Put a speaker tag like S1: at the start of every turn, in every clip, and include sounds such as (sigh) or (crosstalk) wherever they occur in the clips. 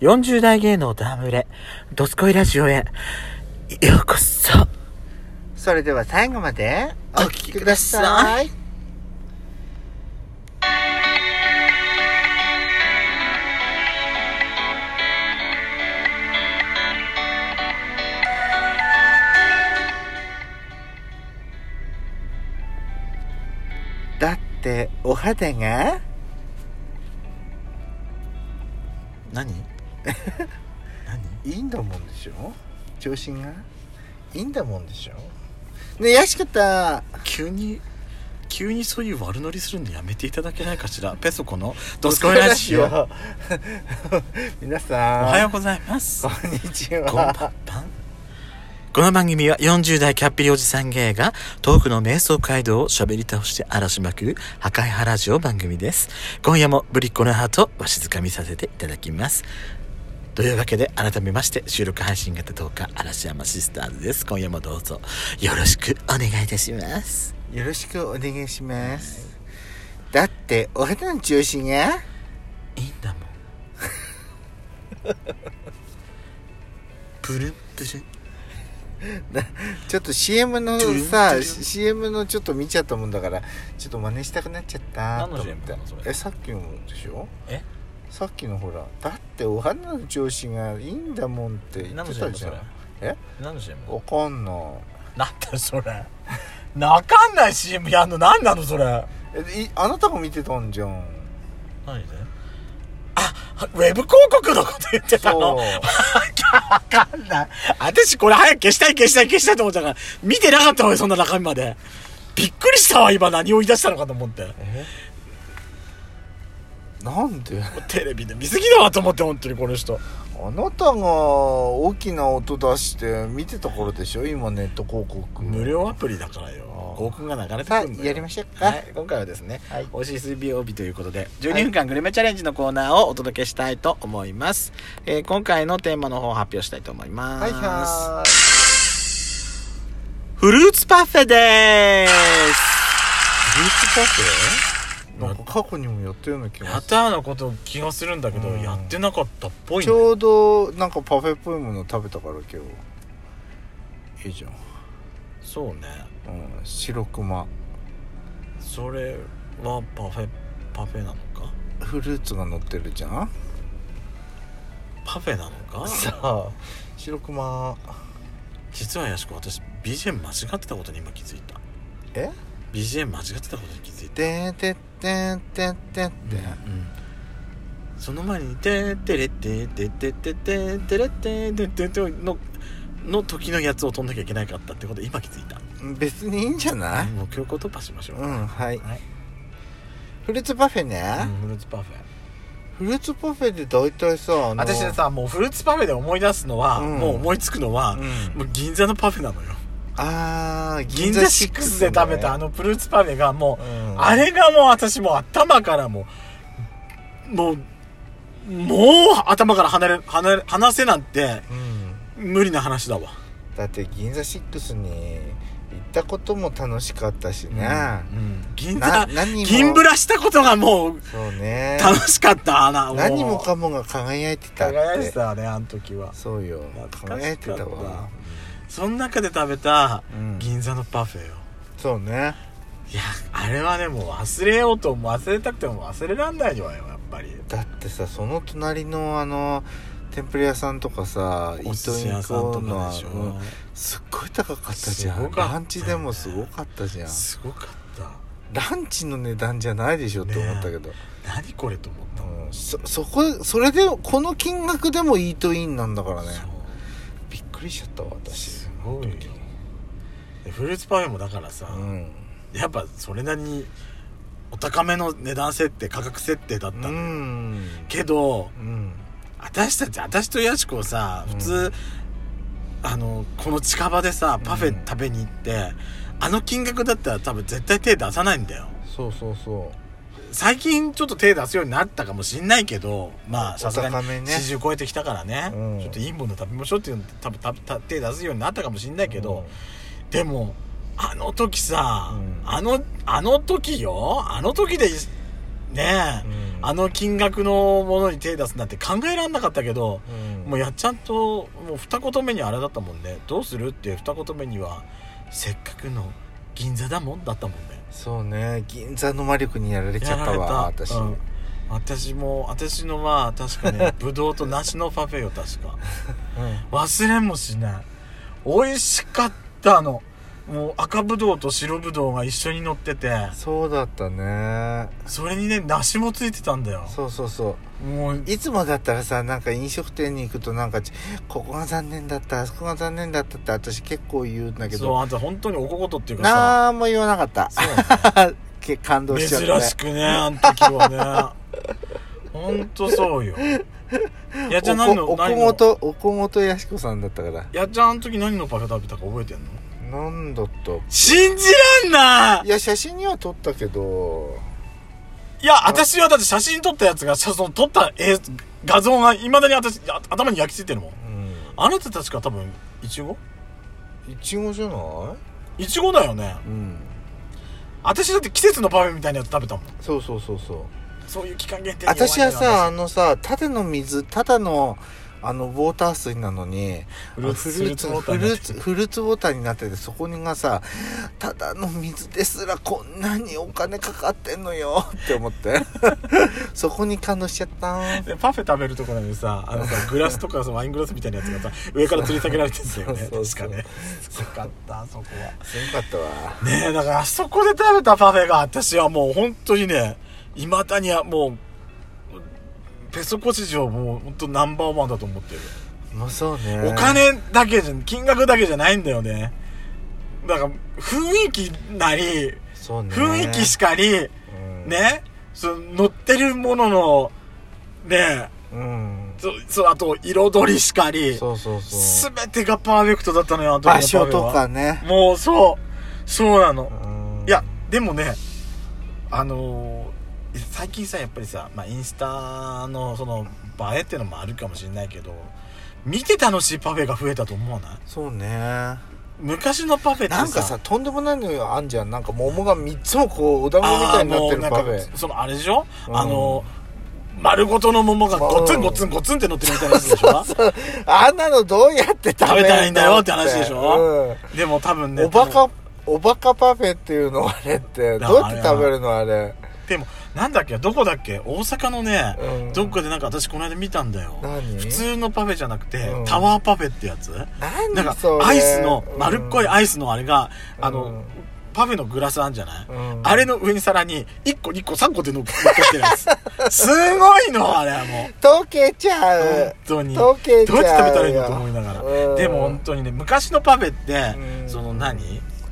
S1: 40代芸能ダムレ、ドスコイラジオへ、ようこそ。
S2: それでは最後まで
S1: お聞きくださ
S2: い。だってお肌が
S1: 何何
S2: いいんだもんでしょ調子がいいんだもんでしょねえやしかた
S1: 急に、急にそういう悪乗りするのやめていただけないかしら。ペソコのドスコイラジオ。お
S2: (laughs) 皆さん
S1: はようございます
S2: こ。んにち
S1: こんばん
S2: は。
S1: はこの番組は40代キャッピリおじさん芸が遠くの瞑想街道を喋り倒して荒らしまくる破壊派ラジオ番組です。今夜もぶりっ子のハートをわしづかみさせていただきます。というわけで改めまして収録配信型10日嵐山シスターズです。今夜もどうぞよろしくお願いいたします。
S2: よろしくお願いします。だって、お肌の調子が
S1: いいんだもん。プルンプルン。
S2: ちょっと CM の
S1: トゥルントゥル
S2: さ、
S1: ン
S2: CM のちょっと見ちゃったもんだから、ちょっと真似したくなっちゃった
S1: 何の
S2: と思って
S1: CM なのそれ
S2: え、さっきのでしょ
S1: え
S2: さっきのほら、だってお肌の調子がいいんだもんって言ってたじゃん。え
S1: 何の CM?
S2: わかんない。
S1: なんだそれなかんない CM やんの何なのそれ
S2: え、いあなたも見てたんじゃん。
S1: 何であウェブ広告のこと言ってたの
S2: そ
S1: わ
S2: う。
S1: かわかんない私これ早く消したい消したい消したいと思ったから見てなかったわよそんな中身までびっくりしたわ今何を言い出したのかと思って
S2: えなんで
S1: テレビで見すぎだわと思って本当にこの人
S2: あなたが大きな音出して見てた頃でしょ今ネット広告
S1: 無料アプリだから
S2: あ
S1: よ
S2: あ
S1: 広告が流れて
S2: さ
S1: く
S2: あ
S1: るんだよ
S2: やりましょうか、
S1: はい、今回はですね、
S2: はい
S1: OCSBOB ということで12分間グルメチャレンジのコーナーをお届けしたいと思います、えー今回のテーマの方を発表したいと思います、
S2: はいはーい
S1: フルーツパフェです
S2: フルーツパフェなんか過去にもやったような気
S1: (laughs)
S2: が
S1: やっ
S2: す
S1: たようなこと気がするんだけど、
S2: うん
S1: やってなかったっぽ
S2: る
S1: い
S2: ちょうどなんかパフェっぽいもの食べたから今日いいじゃん、
S1: そうね
S2: うん、白熊
S1: それはパフェパフェなのか
S2: フルーツが乗ってるじゃん
S1: パフェなのか
S2: さあ白熊
S1: 実はやしこ私 BGM 間違ってたことに今気づいた
S2: え
S1: BGM 間違ってたことに気づいた
S2: てんてってんてんてんてん
S1: その前に「ててれててててててれてててて」のの時のやつを飛んなきゃいけなかったってこと今気づいた
S2: 別にいいんじゃない、
S1: もう強行突破しましょう、
S2: うんはい、
S1: はい
S2: フルーツパフェね、
S1: フルーツパフェ
S2: フルーツパフェで大体さあの
S1: 私さもうフルーツパフェで思い出すのは、
S2: うん
S1: もう思いつくのは、
S2: うん
S1: もう銀座のパフェなのよ
S2: あー
S1: 銀座6で食べたあ
S2: ね
S1: のフルーツパフェがもう、
S2: うん
S1: あれがもう私もう頭からもうもうもう頭から離れ離れ離せなんて
S2: うん
S1: 無理な話だわ
S2: だって銀座6に行ったことも楽しかったしね、
S1: うん銀
S2: な
S1: 座
S2: 何も
S1: 銀ブラしたことがもう
S2: そうね
S1: 楽しかったなう
S2: 何もかもが輝いてたって
S1: 輝いてたわねあの時は
S2: そうよ
S1: 懐かしかった
S2: 輝いてたわ
S1: その中で食べた
S2: うん
S1: 銀座のパフェよ、
S2: そうね
S1: いやあれはねもう忘れようとも忘れたくても忘れらんないわよやっぱり
S2: だってさその隣のあの天ぷら屋さんとかさ
S1: お寿司屋さんとかでし
S2: イトインコーナーうん
S1: ょ
S2: すっごい高かったじゃ
S1: すご
S2: ん
S1: かったね
S2: ランチでもすごかったじゃん
S1: すごかった
S2: ランチの値段じゃないでしょって思ったけど、
S1: 何これと思ったもん、
S2: うんそそこそれでこの金額でもイートインなんだからね
S1: そう
S2: びっくりしちゃったわ私
S1: すごいよでフルーツパフェもだからさ、
S2: うん
S1: やっぱそれなりにお高めの値段設定価格設定だっ
S2: う
S1: たのよ、
S2: ん
S1: けど
S2: うん
S1: 私たち私とやしこさ普通、あのこの近場でさパフ
S2: う
S1: ェ
S2: ん
S1: 食べに行って、あの金額だったら多分絶対手出さないんだよ
S2: そうそうそ
S1: 最近ちょっと手出すようになったかもしんないけどまあ
S2: お
S1: さすがに
S2: お高めね
S1: 40超えてきたからね、
S2: うん
S1: ちょっといいもの食べましょうっていうので多分たた手出すようになったかもしんな
S2: う
S1: いけど、でもあの時さ、
S2: うん
S1: あのあの時よあの時でねえ
S2: うん、
S1: あの金額のものに手出すなんて考えられなかったけど、
S2: うん
S1: もうやっちゃんともう二言目にあれだったもんねどうするって二言目にはせっかくの銀座だもんだったもんね
S2: そうね銀座の魔力にやられちゃっ
S1: や
S2: た
S1: られた
S2: わ私、
S1: うん私も私のまあ確か
S2: (laughs)
S1: ねぶどうと梨のパフェよ確か忘れもしない美味しかったのもう赤ぶどうと白ぶどうが一緒に乗ってて
S2: そうだったね
S1: それにね梨もついてたんだよ
S2: そうそうそう
S1: もう
S2: いつもだったらさなんか飲食店に行くとなんかちここが残念だったあそこが残念だったって私結構言うんだけ
S1: そう
S2: ど
S1: あんた本当におこことっていうかさ
S2: なんも言わなかった
S1: そうね
S2: け感動しちゃった
S1: 珍しくねあの時は
S2: (laughs)
S1: ねほんとそうよやっちゃん何の
S2: おこおこ
S1: 何
S2: も
S1: の
S2: とおこもとやしこさんだったから
S1: やっちゃんあの時何のパフェ食べたか覚えてんの
S2: なんだった
S1: 信じらんない
S2: いや写真には撮ったけど
S1: いや私はだって写真撮ったやつがその撮った絵画像がいまだに私あ頭に焼き付いてるもん
S2: うん
S1: あなたたちが多分いちご
S2: いちごじゃない
S1: ちごだよね
S2: うん
S1: 私だって季節のパフェみたいなやつ食べたもん
S2: そうそうそうそう
S1: そういう期間限定に弱い
S2: 私
S1: のよ
S2: はさあのさただの水ただのあのウォーター水なのに
S1: フルーツ
S2: フルーツ
S1: フルーツウォータ
S2: フ
S1: ー
S2: ル
S1: になって
S2: ーツフルーツウォーターになっててそこにがさただの水ですらこんなにお金かかってんのよって思って
S1: (laughs)
S2: そこに感動しちゃった
S1: でパフェ食べるとこなのにさあの
S2: (laughs)
S1: さグラスとかさワイングラスみたいなやつがさ上から吊り下げられてるんだよね
S2: (laughs) そうそうそう
S1: 確かねすごかったあそこは
S2: すごかったわ
S1: ねえだからあそこで食べたパフェが私はもう本当にねいまだにはもうペソコ市場もう本当ナンバーワンだと思ってる、
S2: まあそうね
S1: お金だけじゃ金額だけじゃないんだよねだから雰囲気なり
S2: そうね
S1: 雰囲気しかり
S2: うん
S1: ねその乗ってるもののね
S2: うん
S1: そそあと彩りしかり
S2: そうそうそう
S1: すべてがパーフェクトだったのよ、あの時の
S2: 場所と
S1: パ
S2: かね
S1: フェは。もうそう、そうなの。
S2: うん
S1: いや、でもね、あのー最近さ、やっぱりさ、まあ、インスタのその映えっていうのもあるかもしれないけど、見て楽しいパフェが増えたと思わない
S2: そうね
S1: 昔のパフェってさ、
S2: なんかさとんでもないのよあんじゃんなんか桃が3つもこうお団子み
S1: あ
S2: た
S1: ー
S2: いになっ
S1: も
S2: て
S1: う
S2: る
S1: なん
S2: パ
S1: か
S2: フェ
S1: そのあれでしょ、
S2: うん
S1: あの丸ごとの桃がゴツンゴツンゴツンって乗ってるみたいなやつでしょ
S2: あんなのどうやって食べ
S1: 食べたいんだよって話でし
S2: うん
S1: ょ、でも多分ね
S2: おバカおバカパフェっていうのあれって
S1: だ
S2: どうやって食べるのあれ
S1: でもなんだっけどこだっけ大阪のね、
S2: うん
S1: どっかでなんか私この間見たんだよ
S2: 何
S1: 普通のパフェじゃなくて、
S2: うん
S1: タワーパフェってやつ
S2: 何
S1: なんか
S2: それ
S1: アイスの丸っこい
S2: うん
S1: アイスのあれが、あの、
S2: うん
S1: パフェのグラスあんじゃない、
S2: うん
S1: あれの上にさらに1個2個3個で乗っかってるやつ
S2: (laughs)
S1: すごいのあれはもう
S2: 溶けちゃ
S1: 本
S2: う
S1: 当に
S2: 溶けちゃうよ
S1: どうやって食べたらいいのと思いながら、
S2: うん
S1: でも本当にね昔のパフェって、
S2: うん
S1: その何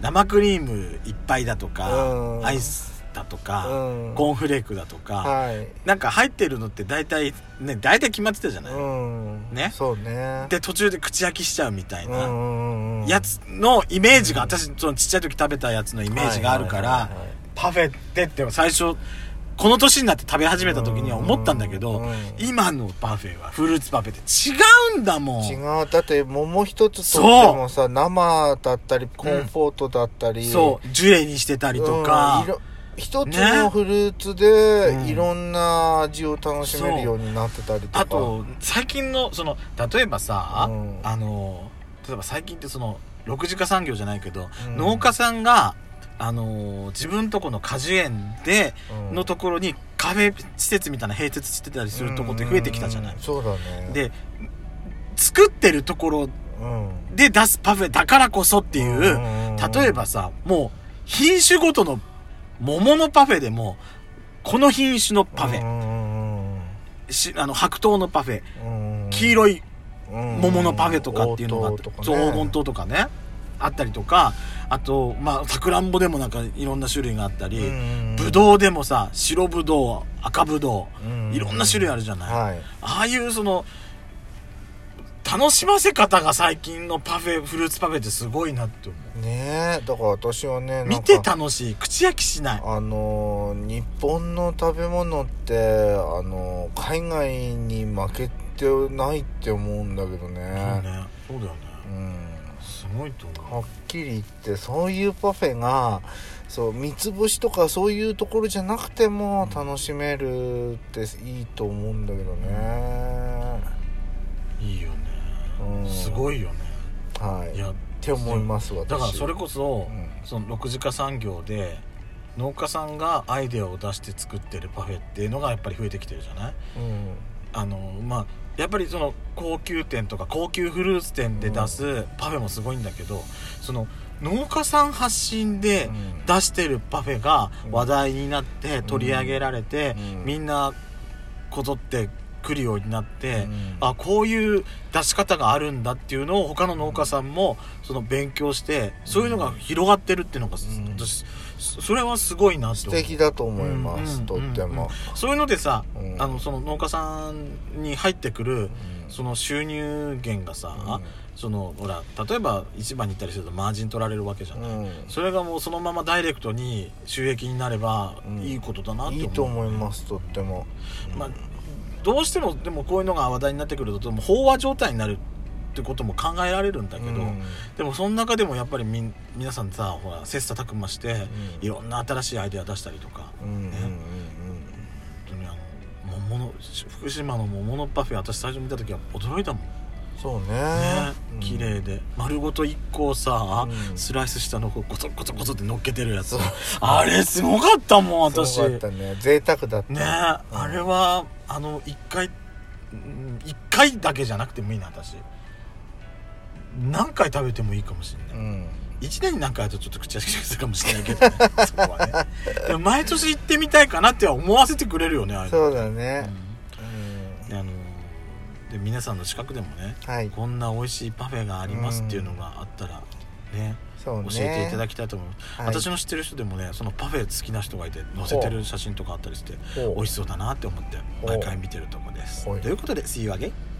S1: 生クリームいっぱいだとか、
S2: うん
S1: アイスだとか、
S2: うん
S1: コーンフレークだとか、
S2: はい
S1: なんか入ってるのって大体ね大体決まってたじゃない、
S2: うん
S1: ね
S2: そうね
S1: で途中で口開きしちゃうみたい
S2: うんう
S1: なん
S2: うん
S1: やつのイメージが、私そのちっちゃい時食べたやつのイメージがあるから、
S2: はいはいはいはい
S1: パフェってって最初この年になって食べ始めた時には思ったんだけど、
S2: うんうん
S1: 今のパフェはフルーツパフェって違うんだもん
S2: 違うだって桃一つとってもさ生だったりコンフォートだったり
S1: そうジュレにしてたりと
S2: うん
S1: か
S2: い、ろ一つ
S1: ね
S2: のフルーツで、
S1: うん
S2: いろんな味を楽しめるようになってたりとか
S1: あと最近のその例えばさ、
S2: うん
S1: あの例えば最近ってその6次化産業じゃないけど、
S2: うん
S1: 農家さんがあの自分とこの果樹園で
S2: うん
S1: のところにカフェ施設みたいな併設してたりするとこって増えてきたじゃない、
S2: うんそうだね、
S1: で作ってるところ
S2: うん、っ
S1: で出すパフェだからこそって
S2: て
S1: いう、例えばさもう品種ごとの桃のパフェでもこの品種のパフェ、しあの白桃のパフェ黄
S2: い
S1: 色い桃のパフェとかっていうのがあって、そう黄金
S2: と
S1: 桃とかねあったりとかあとまあさくらんぼでもなんかいろんな種類があったり、ぶどうでもさ白ぶどう赤ぶどういろんな種類あ
S2: る
S1: るじゃない、あ
S2: はい
S1: あいうその楽しませ方が最近のパフェフルーツパフェってすごいなって思う
S2: ねえだから私はねなんか
S1: 見て楽しい口焼きしない
S2: あのー日本の食べ物ってあのー海外に負けてないって思うんだけど
S1: そう
S2: ね
S1: ねそうだよね
S2: うん
S1: すごいと思
S2: はっきり言ってそういうパフェがそう三つ星とかそういうところじゃなくても楽しめるっていいと思うんだけどね、
S1: ういいよ
S2: う
S1: ね
S2: ん
S1: すごいよね
S2: はい
S1: いや
S2: って思います私
S1: だからそれこそ、
S2: うん
S1: その6次化産業で農家さんがアイデアを出して作ってるパフェっていうのがやっぱり増えてきてるじゃない
S2: うん
S1: あのまあやっぱりその高級店とか高級フルーツ店で出すパフェもすごいんだけど、その農家さん発信で
S2: うん
S1: 出してるパフェが
S2: うん
S1: 話題になって
S2: ん
S1: 取り上げられて、
S2: うん
S1: みんなこぞって来るようになって、
S2: うん
S1: あこういう出し方があるんだっていうのを他の農家さんもその勉強してそういうのが広がってるっていうのが、
S2: ん
S1: 私そそれはすごいなって
S2: 素
S1: 思う
S2: 敵だと思いま
S1: う
S2: す、
S1: ん
S2: とっても、
S1: そういうのでさ、
S2: うん
S1: あのその農家さんに入ってくる
S2: うん
S1: その収入源がさ、そのほら例えば市場に行ったりするとマージン取られるわけじゃない、
S2: うん
S1: それがもうそのままダイレクトに収益になれば
S2: うん
S1: いいことだなって思う、
S2: いいと思いますとっても
S1: まあ、どうしてもでもこういうのが話題になってくるともう飽和状態になるってことも考えられるんだけど、
S2: うん
S1: でもその中でもやっぱりみん皆さんさほら切磋琢磨して、
S2: うん
S1: いろんな新しいアイデア出したりとか、
S2: うんうんうん
S1: ね本当にあの桃の福島の桃のパフェ私最初見た時は驚いたもんね
S2: うんそうねうん
S1: 綺麗で丸ごと1個をさ、
S2: うん
S1: スライスしたのをこうコツコツコツって乗っけてるやつ
S2: そう
S1: あれすごかったもん私
S2: すごか
S1: ね
S2: ったね贅沢だった
S1: えあれはあの1回1回だけじゃなくてもいいな私何回食べてもいいかもしれない、
S2: うん
S1: 1年に何回やるとちょっと口足がするかもしれないけど、ね、 (laughs) そこはねでも毎年行ってみたいかなっては思わせてくれるよねあれ
S2: そうだね
S1: うん
S2: うん
S1: であので皆さんの近くでもね
S2: はい
S1: こんな美味しいパフェがありますっていうのがあったらね
S2: そうね
S1: 教えていただ
S2: き
S1: きたいと思います、
S2: はい
S1: 私の知ってる人でもねそのパフェ好きな人がいて載せてる写真とかあったりして
S2: ほう
S1: 美味しそうだなって思って
S2: ほう
S1: 毎回見てるとこです
S2: ほい
S1: ということで See you again!